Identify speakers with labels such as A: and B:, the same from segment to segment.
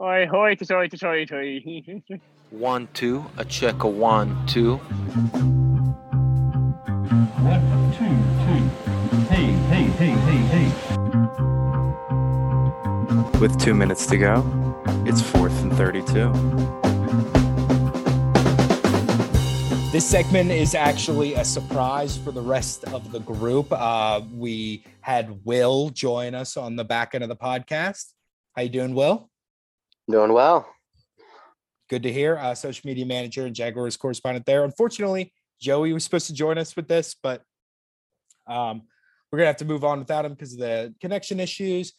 A: Oi, hoi, toi, toi, toi.
B: One, two, a check, a one, two.
C: One, two, two. Hey, hey, hey, hey, hey.
D: With two minutes to go, it's fourth and 32.
E: This segment is actually a surprise for the rest of the group. Uh, we had Will join us on the back end of the podcast. How you doing, Will?
F: Doing well.
E: Good to hear. Uh, social media manager and Jaguars correspondent there. Unfortunately, Joey was supposed to join us with this, but um, we're gonna have to move on without him because of the connection issues.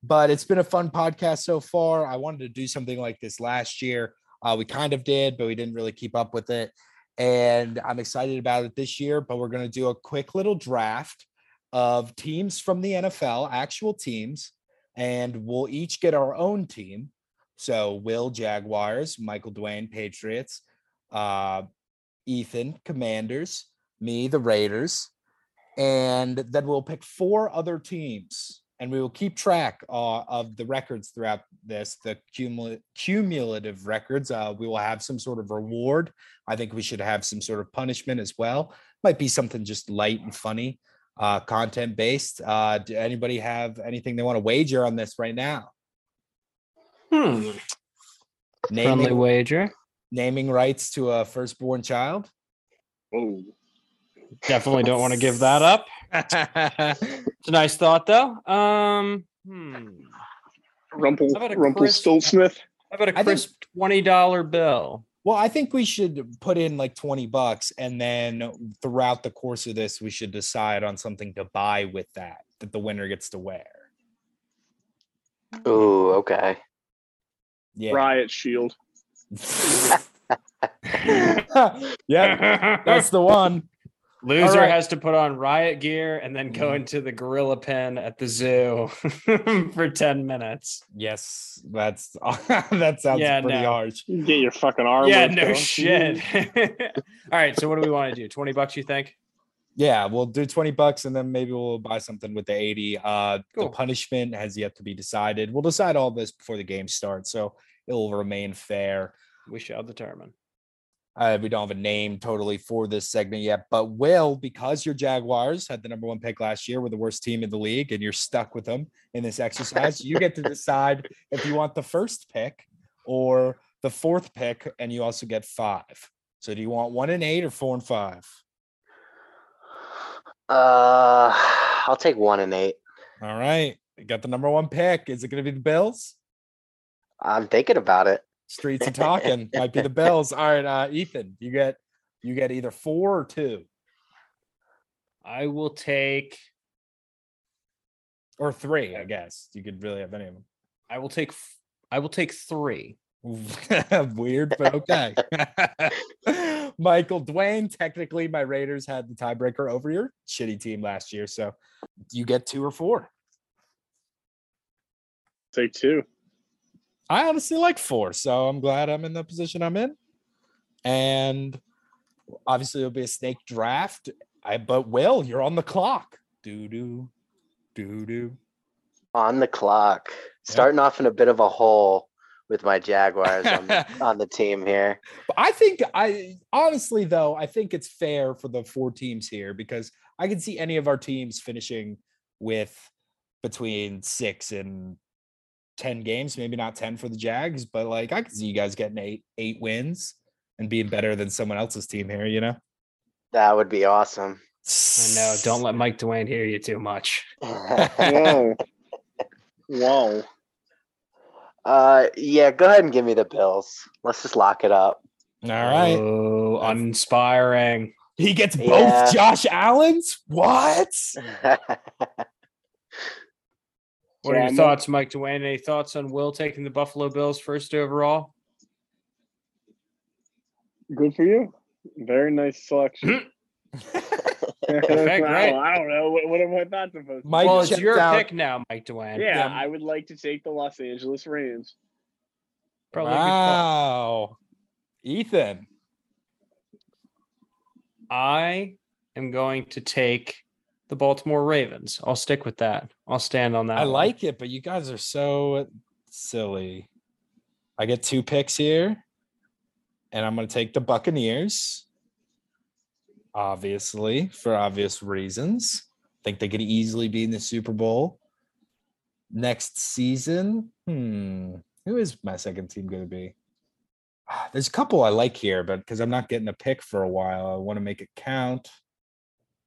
E: But it's been a fun podcast so far. I wanted to do something like this last year. Uh, we kind of did, but we didn't really keep up with it. And I'm excited about it this year. But we're gonna do a quick little draft of teams from the NFL, actual teams, and we'll each get our own team. So Will Jaguars, Michael Dwayne Patriots, uh, Ethan, Commanders, me, the Raiders, and then we'll pick four other teams. And we will keep track uh, of the records throughout this, the cumul- cumulative records. Uh, we will have some sort of reward. I think we should have some sort of punishment as well. Might be something just light and funny, uh, content based. Uh, do anybody have anything they want to wager on this right now?
G: Hmm. Friendly
E: Naming,
G: wager.
E: naming rights to a firstborn child?
F: Ooh.
G: Definitely don't want to give that up. it's a nice thought though. Um hmm.
A: Rumple,
G: How about a
A: Rumpelstiltsmith.
G: How about a
E: I think-
G: crisp twenty dollar bill?
E: Well, I think we should put in like 20 bucks and then throughout the course of this, we should decide on something to buy with that that the winner gets to wear.
F: Ooh, okay.
E: Yeah.
A: Riot Shield.
E: yeah. That's the one.
G: Loser
E: Alright. Mm-hmm.
G: has to put on riot gear and then go into the gorilla pen at the zoo for 10 minutes.
E: Yes. That's that sounds
G: Yeah,
E: pretty
G: no.
E: harsh.
A: You Get your fucking arm.
G: yeah,
A: ripped
G: no
A: off.
G: shit. All right, so what do we want to do? 20 bucks, you think?
E: Yeah, we'll do 20 bucks and then maybe we'll buy something with the 80. Uh the
G: Cool.
E: punishment has yet to be decided. We'll decide all this before the game starts, so it will remain fair.
G: We shall determine.
E: Uh, we don't have a name totally for this segment yet, but will because your Jaguars had the number one pick last year, were the worst team in the league, and you're stuck with them in this exercise. you get to decide if you want the first pick or the fourth pick, and you also get five. So, do you want one and eight or four and five?
F: Uh, I'll take one and eight.
E: All right, you got the number one pick. Is it going to be the Bills?
F: I'm thinking about it.
E: Streets of talking might be the Bills. All right, uh, Ethan, you get you get either four or two
G: I will take
E: or three. I guess you could really have any of them.
G: I will take f- I will take 3.
E: Weird, but okay. Michael Dwayne, technically, my Raiders had the tiebreaker over your shitty team last year. So you get two or four.
A: Take two.
E: I honestly like four. So I'm glad I'm in the position I'm in. And obviously, it'll be a snake draft. I, but Will, you're on the clock. Doo doo, doo doo.
F: On the clock. Starting off in a bit of a hole with my Jaguars on the, on the team here.
E: But I think I honestly though I think it's fair for the four teams here because I can see any of our teams finishing with between six and ten games, maybe not ten for the Jags, but like I can see you guys getting eight eight wins and being better than someone else's team here, you know.
F: That would be awesome.
G: I know, don't let Mike Dwayne hear you too much.
A: Whoa. Whoa.
F: uh, yeah, go ahead and give me the Bills. Let's just lock it up.
E: All right,
G: Oh, uninspiring.
E: he gets both
F: Yeah.
E: Josh Allen's. What?
G: What
A: Yeah,
G: are your
A: I'm not-
G: thoughts, Mike Dwayne? Any thoughts on Will taking the Buffalo Bills first overall?
A: Good for you. Very nice selection.
E: Hmm.
G: Okay,
A: I,
G: great.
A: don't, I don't know. What, what am I not supposed to
E: Mike
G: well, it's
E: checked
G: your
E: out-
G: pick now, Mike Dwayne.
A: Yeah,
E: Yeah.
A: I would like to take the Los Angeles Rams.
G: Probably a good call.
E: Wow, Ethan.
G: I am going to take the Baltimore Ravens. I'll stick with that. I'll stand on that.
E: I
G: one.
E: like it, but you guys are so silly. I get two picks here, and I'm going to take the Buccaneers. Obviously, for obvious reasons, think they could easily be in the Super Bowl next season. Hmm, who is my second team going to be? Ah, There's a couple I like here, but because I'm not getting a pick for a while, I want to make it count.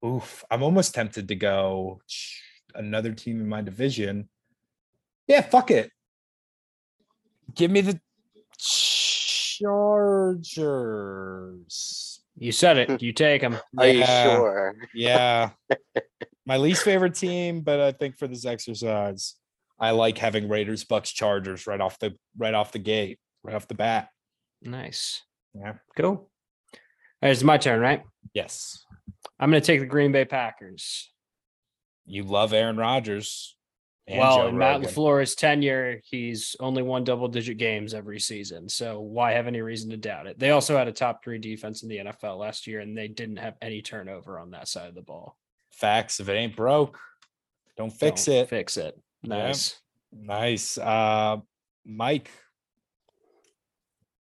E: Oof, I'm almost tempted to go sh- another team in my division. Yeah, fuck it. Give me the Chargers.
G: You said it. You take them.
F: Are
E: Yeah.
F: you sure?
E: Yeah. My least favorite team, but I think for this exercise, I like having Raiders, Bucks, Chargers right off the right off the gate, right off the bat.
G: Nice.
E: Yeah.
G: Cool. All right, it's my turn, right?
E: Yes.
G: I'm going to take the Green Bay Packers.
E: You love Aaron Rodgers. and
G: well,
E: Joe
G: in Matt
E: Rogan.
G: LaFleur's tenure, he's only won double digit games every season. So why have any reason to doubt it? They also had a top three defense in the NFL last year, and they didn't have any turnover on that side of the ball.
E: Facts. If it ain't broke, don't fix
G: Don't
E: it.
G: Fix it.
E: Yeah.
G: Nice.
E: Nice. Uh Mike,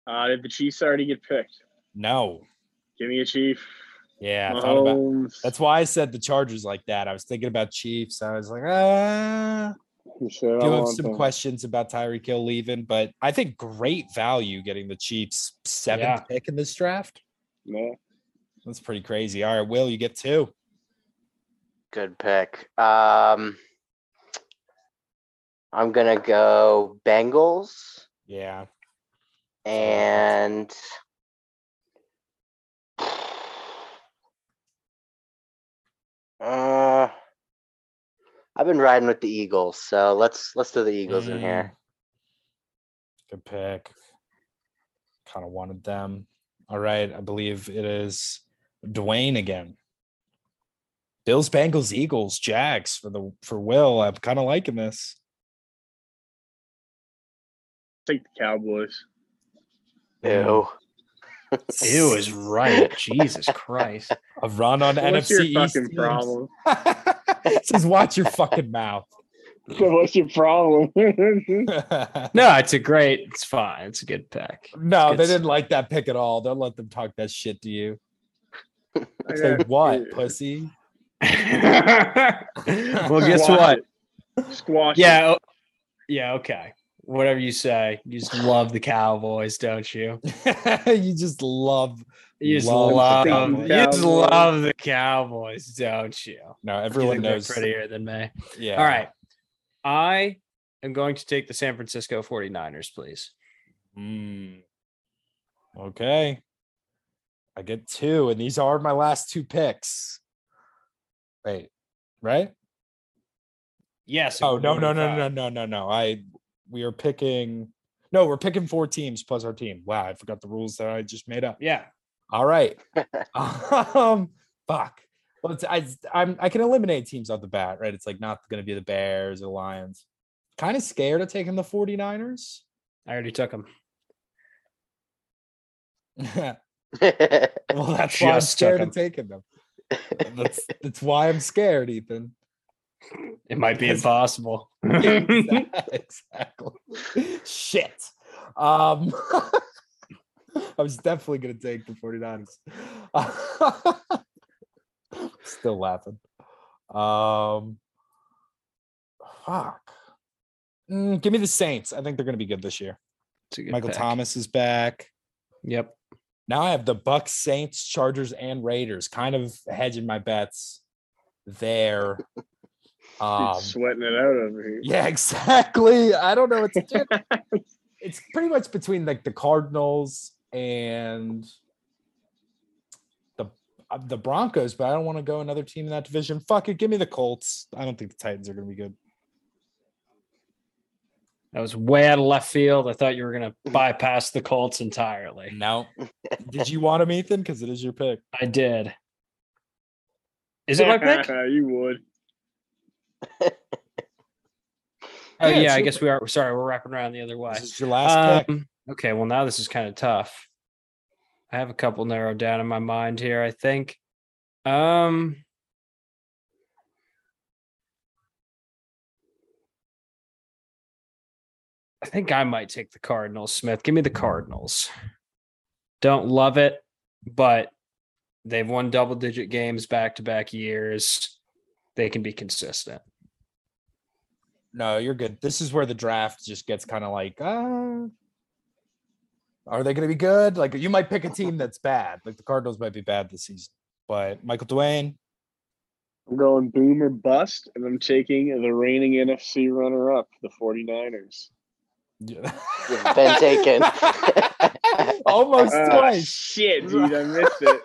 A: Uh, did the Chiefs already get picked?
E: no.
A: Give me a Chief.
E: Yeah, I thought about
A: Mahomes.
E: that's why I said the Chargers like that. I was thinking about Chiefs. I was like, ah,
A: You said I
E: do have
A: want
E: some
A: them.
E: questions about Tyreek Hill leaving, but I think great value getting the Chiefs seventh
G: Yeah.
E: pick in this draft.
A: No.
E: That's pretty crazy. All right, Will, you get two.
F: Good pick. Um, I'm gonna go Bengals
E: Yeah.
F: and uh, I've been riding with the Eagles, so let's let's do the Eagles in here.
E: Mm. Good pick. Kind of wanted them. All right, I believe it is Dwayne again. Bills, Bengals, Eagles, Jags for the for Will. I'm kind of liking this.
A: Take the Cowboys.
F: Ew.
G: Ew is right. Jesus Christ.
E: A run on
A: What's
E: NFC
A: your
E: East
A: fucking
E: teams.
A: problem?
E: It Says, watch your fucking mouth.
A: What's your problem?
G: No, it's a great. It's fine. It's a good pick.
E: No, they
G: It's-
E: didn't like that pick at all. Don't let them talk that shit to you.
A: I
E: Say
A: got-
E: what, pussy?
G: well, guess
A: Squash
G: what?
A: it. Squash. it.
G: Yeah. o- Yeah. Okay. Whatever you say. You just love the Cowboys, don't you?
E: you just love.
G: You just
E: Love
G: love,
E: the
G: you
A: Cowboys.
G: just
A: Cowboys.
G: love the Cowboys, don't you? You
E: No, everyone
G: think they're
E: knows.
G: prettier than me.
E: Yeah.
G: All right. I am going to take the San Francisco 49ers, please.
E: Mm. Okay. I get two, and these are my last two picks. Wait, right?
G: Yes.
E: Oh no,
G: we're
E: no, no,
G: five.
E: no, no, no, no. I we are picking. No, we're picking four teams plus our team. Wow, I forgot the rules that I just made up.
G: Yeah.
E: All right. um, fuck. Well, it's, I, I'm I can eliminate teams off the bat, right? It's like not going to be the Bears or Lions. Kind of scared of taking the 49ers.
G: I already took them.
E: well,
F: All
E: that's why I'm
G: Just took
E: scared of
G: 'em.
E: taking them. That's that's why I'm scared, Ethan.
G: It might be impossible.
E: exactly. Shit. Um, I was definitely going to take the 49ers. Still laughing. Um, fuck. Mm, give me the Saints. I think they're going to be good this year.
G: It's a good
E: Michael
G: pick.
E: Thomas is back.
G: Yep.
E: Now I have the Bucks, Saints, Chargers, and Raiders kind of hedging my bets there.
A: Dude's
E: Um,
A: sweating it out over here.
E: yeah, exactly. I don't know what to do. it's pretty much between like the Cardinals and the uh, the Broncos, but I don't want to go another team in that division. Fuck it, give me the Colts. I don't think the Titans are going to be good.
G: That was way out of left field. I thought you were going
E: Mm.
G: to bypass the Colts entirely.
E: No. Did you want them, Ethan? Because it is your pick.
G: I did. Is it my pick?
A: you would.
G: Oh
E: Yeah,
G: yeah,
E: it's
G: I
E: your
G: guess we are. Sorry, we're wrapping around the other way.
E: This is your last pick.
G: Um, okay, well now this is kind of tough. I have a couple narrowed down in my mind here. I think. Um. I think I might take the Cardinals, Smith. Give me the Cardinals. Don't love it, but they've won double digit games back to back years. They can be consistent.
E: No, you're good. This is where the draft just gets kind of like, uh, are they going to be good? Like you might pick a team that's bad. Like the Cardinals might be bad this season, but Michael Dwayne,
A: I'm going boom or bust, and I'm taking the reigning NFC runner up, the 49ers.
F: You've been taken.
E: almost
A: Ah,
E: twice.
A: shit, dude, I missed it.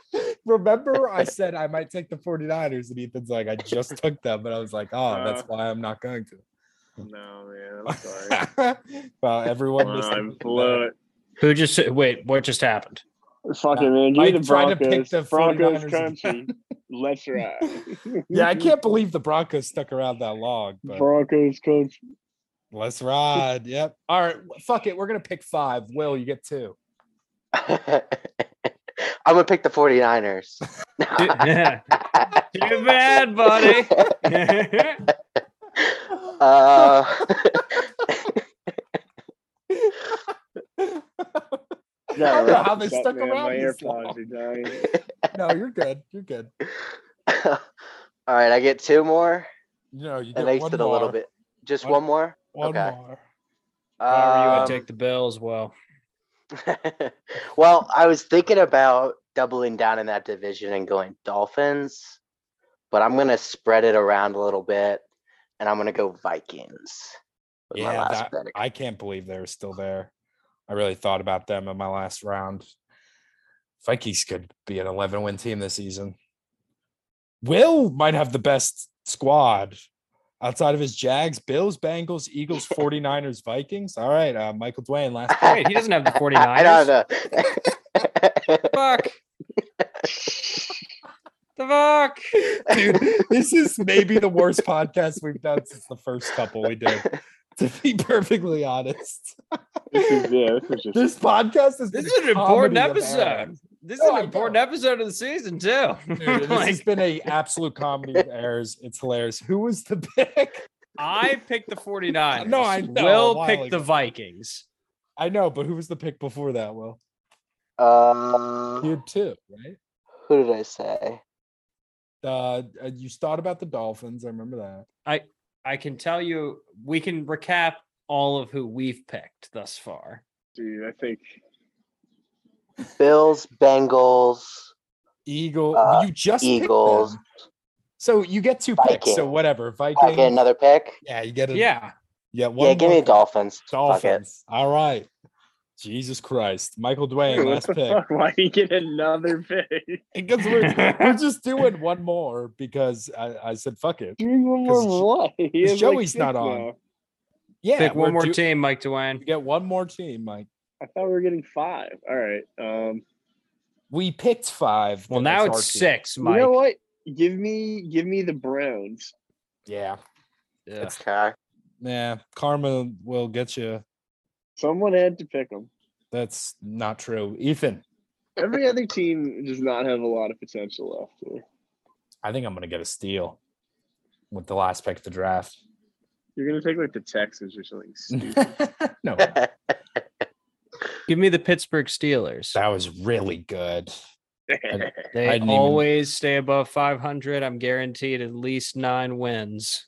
E: Remember, I said I might take the 49ers, and Ethan's like, I just took them, but I was like, oh, that's
A: Uh.
E: why I'm not going
A: No, man, I'm sorry.
E: to. well, everyone
A: Wow,
E: listening
A: I
E: to that-
A: blew it.
G: Who just wait? What just happened?
A: Fucking man, give me
E: Mike
A: the
E: tried to pick
A: Broncos.
E: the
A: Broncos
E: 49ers
A: country. Let's ride.
E: Yeah, I can't believe the Broncos stuck around that long, but
A: Broncos coach.
E: let's ride. Yep. All right. Fuck it. We're gonna pick five. Will you get two?
F: I'm gonna pick the 49ers.
G: Too bad, buddy.
F: Uh,
E: I don't know how they stuck around
A: My
E: this
A: AirPods
E: long.
A: are dying.
E: No, you're good. You're good.
F: all right, I get two more.
E: No, you
F: I
E: get
F: laced
E: one
F: it a little
E: more,
F: bit. Just
E: One-
F: one, more.
E: One
F: Okay.
E: more.
G: I
F: Um,
G: take the Bills. Well,
F: well, I was thinking about doubling down in that division and going Dolphins, but I'm gonna spread it around a little bit, and I'm gonna go Vikings. with my
E: Yeah,
F: last
E: that,
F: pick.
E: I can't believe they're still there. I really thought about them in my last round. Vikings could be an 11 win team this season. Will might have the best squad outside of his Jags, Bills, Bengals, Eagles, 49ers, Vikings. All right, uh, Michael Dwayne, last
G: wait, he doesn't have the 49ers.
F: I don't know.
G: Fuck. the fuck.
E: dude. This is maybe the worst podcast we've done since the first couple we did, to be perfectly honest.
A: This is yeah. This is just
E: This podcast is
G: This is an important episode. This is
E: No, I
G: an important episode of the season too.
E: Dude, this has
G: Like,
E: been a absolute comedy of errors. It's hilarious. Who was the pick?
G: I picked the 49ers.
E: No, I know, a
G: Will
E: while
G: picked
E: ago.
G: the Vikings.
E: I know, but who was the pick before that? Well,
F: Um,
E: you too, right?
F: who did I say?
E: Uh, uh, you thought about the Dolphins. I remember that.
G: I can tell you we can recap all of who we've picked thus far.
A: dude. I think
F: Bills, Bengals.
E: Eagle.
F: Uh,
E: you just picked
F: Eagles.
E: them. So you get two picks. So
F: Vikings.
E: whatever.
F: I
E: Vikings.
F: get another pick.
E: yeah, you get a
G: Yeah.
E: Yeah, one
F: Yeah, give
E: more
F: me
E: pick.
F: Dolphins. Fuck it.
E: Dolphins. All right. Jesus Christ, Michael Dwayne,
A: Dude, what
E: last
A: the
E: pick.
A: fuck? Why do you get another pick?
E: Because we're, we're just doing one more because I, I said fuck it.
A: Doing one more
E: 'Cause Jo-
A: what? He
E: 'cause
A: has,
E: Joey's
A: six
E: not on.
A: now.
E: Yeah,
G: Pick
E: we're
G: one more
E: do-
G: team, Mike DeWine.
E: We get one more team, Mike.
A: I thought we were getting five. All right. Um,
E: We picked five.
G: Well,
E: but
G: now
E: that's
G: it's
E: our team.
G: six, Mike.
A: you know what? Give me, give me the Browns.
E: Yeah,
G: Yeah.
F: Okay.
E: yeah. Karma will get you.
A: Someone had to pick them.
E: That's not true, Ethan.
A: Every other team does not have a lot of potential left. Here.
E: I think I'm gonna get a steal with the last pick of the draft.
A: You're gonna take like the Texans or something
E: no,
A: stupid.
E: that
G: Give me the Pittsburgh Steelers.
E: was really good. I
G: They
E: didn't even-
G: always stay above 500. I'm guaranteed at least nine wins.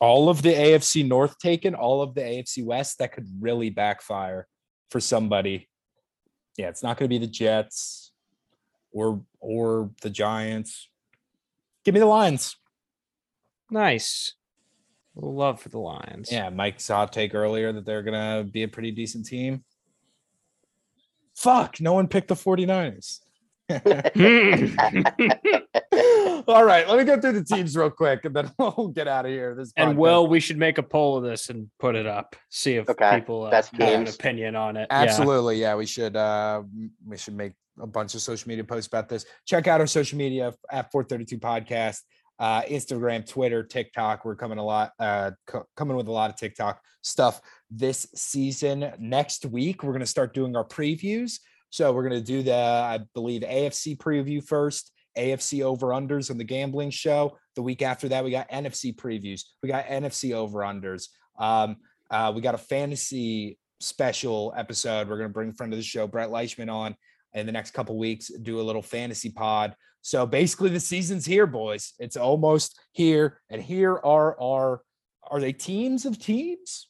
E: all of the AFC North taken, all of the AFC West, that could really backfire for somebody. Yeah, it's not going to be the Jets or or the Giants. Give me the Lions.
G: Nice. Little Love for the Lions.
E: Yeah, Mike's hot take earlier that they're going to be a pretty decent team. Fuck, no one picked the 49ers. Mm. all right, let me go through the teams real quick and then we'll get out of here. This
G: and
E: podcast-
G: Will, we should make a poll of this and put it up. See if
F: Okay,
G: people uh,
F: best
G: have an
F: games.
G: opinion on it. Yeah.
E: Absolutely. Yeah. we should uh m- we should make a bunch of social media posts about this. Check out our social media at 432 podcast, uh Instagram, Twitter, TikTok. We're coming a lot uh co- coming with a lot of TikTok stuff this season. Next week we're going to start doing our previews. So we're going to do the I believe AFC preview first, AFC over unders on the gambling show. The week after that we got NFC previews. We got NFC over unders. Um Uh, we got a fantasy special episode. We're going to bring a friend of the show, Brett Leishman, on in the next couple weeks, do a little fantasy pod. So basically, the season's here, boys. It's almost here. And here are our, are they teams of teams?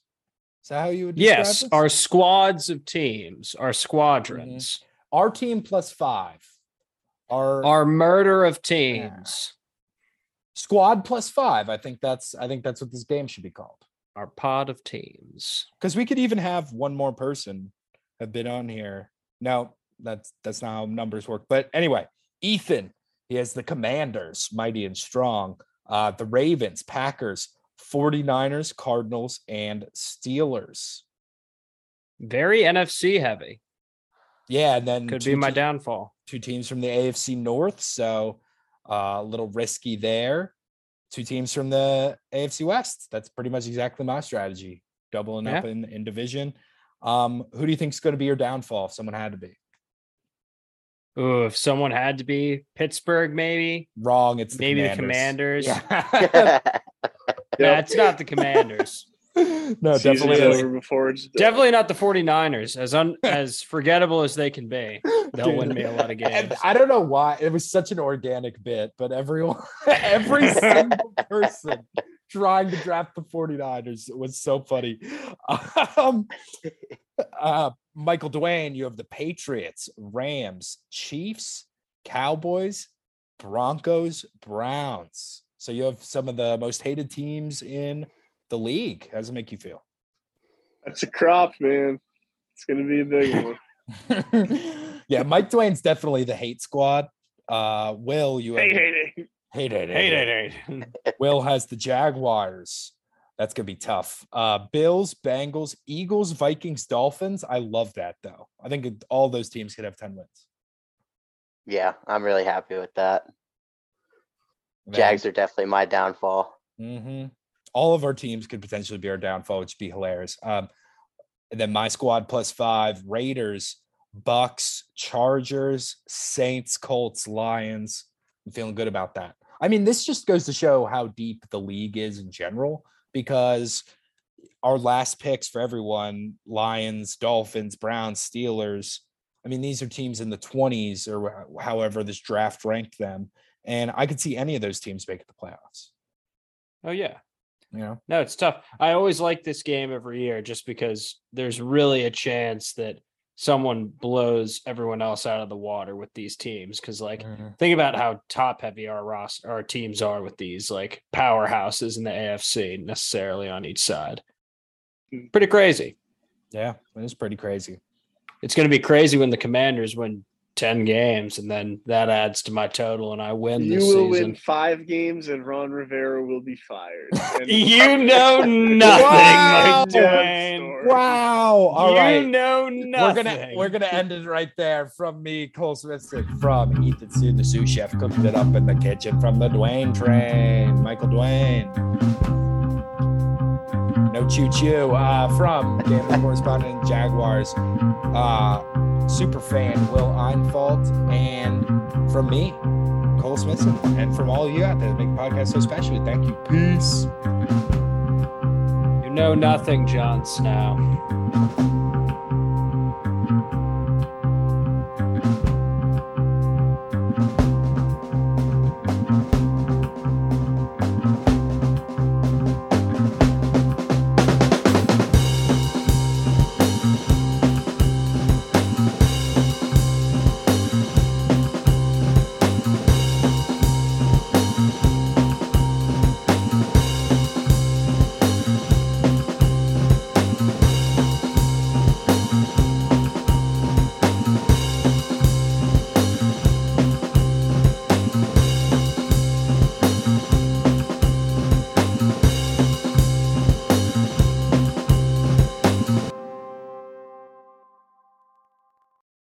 E: Is that how you would describe
G: Yes,
E: this?
G: our squads of teams, our squadrons,
E: our team plus five, our,
G: our murder of teams,
E: squad plus five. I think that's, I think that's what this game should be called.
G: our pod of teams.
E: because we could even have one more person have been on here. No, that's that's not how numbers work. But anyway, Ethan, he has the Commanders, mighty and strong, uh, the Ravens, Packers, 49ers, Cardinals, and Steelers.
G: Very NFC heavy.
E: Yeah, and then
G: Could
E: Mm, two
G: be my
E: te-
G: downfall.
E: two teams from the AFC North, so uh, a little risky there. Two teams from the AFC West. That's pretty much exactly my strategy. Doubling up in, in division. Um, who do you think is going to be your downfall if someone had to be?
G: Ooh, if someone had to be Pittsburgh, maybe.
E: Wrong. It's the
G: Maybe the
E: commanders.
G: Commanders.
E: Yeah.
G: Nah, it's not the Commanders.
E: no,
A: Season's
E: definitely.
A: over before it's done.
G: Definitely not the 49ers, as un- as forgettable as they can be. They'll
E: Dude.
G: win me a lot of games.
E: And I don't know why it was such an organic bit, but everyone, every single person trying to draft the 49ers was so funny. Um, uh, Michael Dwayne, you have the Patriots, Rams, Chiefs, Cowboys, Broncos, Browns. So you have some of the most hated teams in the league. How does it make you feel?
A: That's a crop, man. It's gonna be a big one.
E: yeah, Mike Dwayne's definitely the hate squad. Uh, Will, you have
A: hey,
E: the-
A: hey, hey.
E: Hey, hey,
G: Hey,
E: hey.
G: hey, hey.
E: Will has the Jaguars. That's gonna be tough. Uh, Bills, Bengals, Eagles, Vikings, Dolphins. I love that though. I think it- all those teams could have ten wins.
F: Yeah, I'm really happy with that. Jags are definitely my downfall.
E: hmm All of our teams could potentially be our downfall, which would be hilarious. Um, and then my squad plus five: Raiders, Bucks, Chargers, Saints, Colts, Lions. I'm feeling good about that. I mean, this just goes to show how deep the league is in general, because our last picks for everyone: Lions, Dolphins, Browns, Steelers. I mean, these are teams in the 20s or wh- however this draft ranked them. And I could see any of those teams making the playoffs.
G: Oh yeah.
E: You know,
G: No, it's tough. I always like this game every year just because there's really a chance that someone blows everyone else out of the water with these teams. Cause like
E: Mhm.
G: think about how top heavy our roster our teams are with these like powerhouses in the AFC necessarily on each side. Pretty crazy.
E: yeah, it is pretty crazy.
G: It's gonna be crazy when the commanders win 10 games and then that adds to my total and I win
A: You
G: this
A: will
G: season.
A: win five games, and Ron Rivera will be fired. And-
G: You know nothing,
E: Wow.
G: Mike Dwayne.
A: Story.
E: Wow! All
G: you
E: right,
G: know nothing.
E: we're gonna we're gonna end it right there. From me, Cole Smithson, from Ethan Sue, the sous chef, cooking it up in the kitchen from the Dwayne train. Michael Dwayne. No choo choo. Uh, from gambling correspondent and Jaguars, uh, super fan Will Einfalt, and from me, Cole Smithson, and from all you out there that make the podcast so special. Thank you. Peace.
G: You know nothing, Jon Snow.